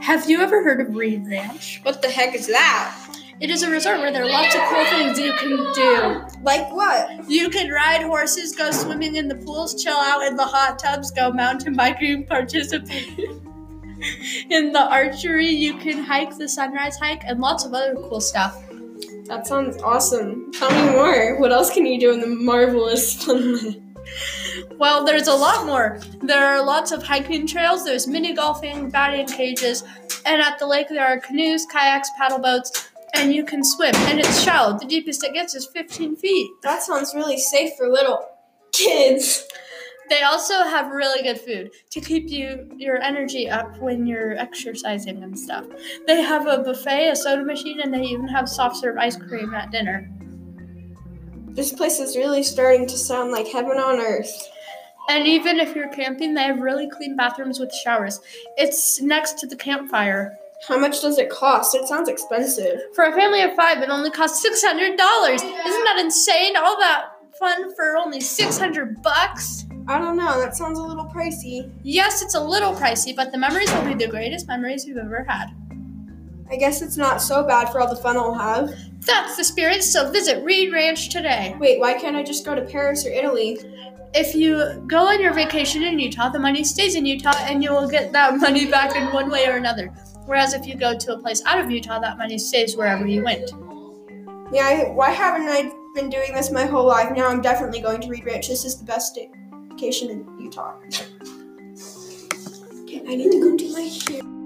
Have you ever heard of Reed Ranch? What the heck is that? It is a resort where there are lots of cool things you can do. Like what? You can ride horses, go swimming in the pools, chill out in the hot tubs, go mountain biking, participate in the archery, you can hike the sunrise hike, and lots of other cool stuff. That sounds awesome. Tell me more. What else can you do in the marvelous Funland? Well, there's a lot more. There are lots of hiking trails, there's mini golfing, batting cages, and at the lake there are canoes, kayaks, paddle boats, and you can swim. And it's shallow. The deepest it gets is 15 feet. That sounds really safe for little kids. They also have really good food to keep you your energy up when you're exercising and stuff. They have a buffet, a soda machine, and they even have soft serve ice cream at dinner. This place is really starting to sound like heaven on earth. And even if you're camping, they have really clean bathrooms with showers. It's next to the campfire. How much does it cost? It sounds expensive. For a family of five, it only costs six hundred dollars. Isn't that insane? All that fun for only six hundred bucks? I don't know. That sounds a little pricey. Yes, it's a little pricey, but the memories will be the greatest memories you've ever had. I guess it's not so bad for all the fun I'll have. That's the spirit. So visit Reed Ranch today. Wait, why can't I just go to Paris or Italy? If you go on your vacation in Utah, the money stays in Utah, and you will get that money back in one way or another. Whereas if you go to a place out of Utah, that money stays wherever you went. Yeah, I, why haven't I been doing this my whole life? Now I'm definitely going to Reed Ranch. This is the best vacation in Utah. Okay, I need to go do my hair.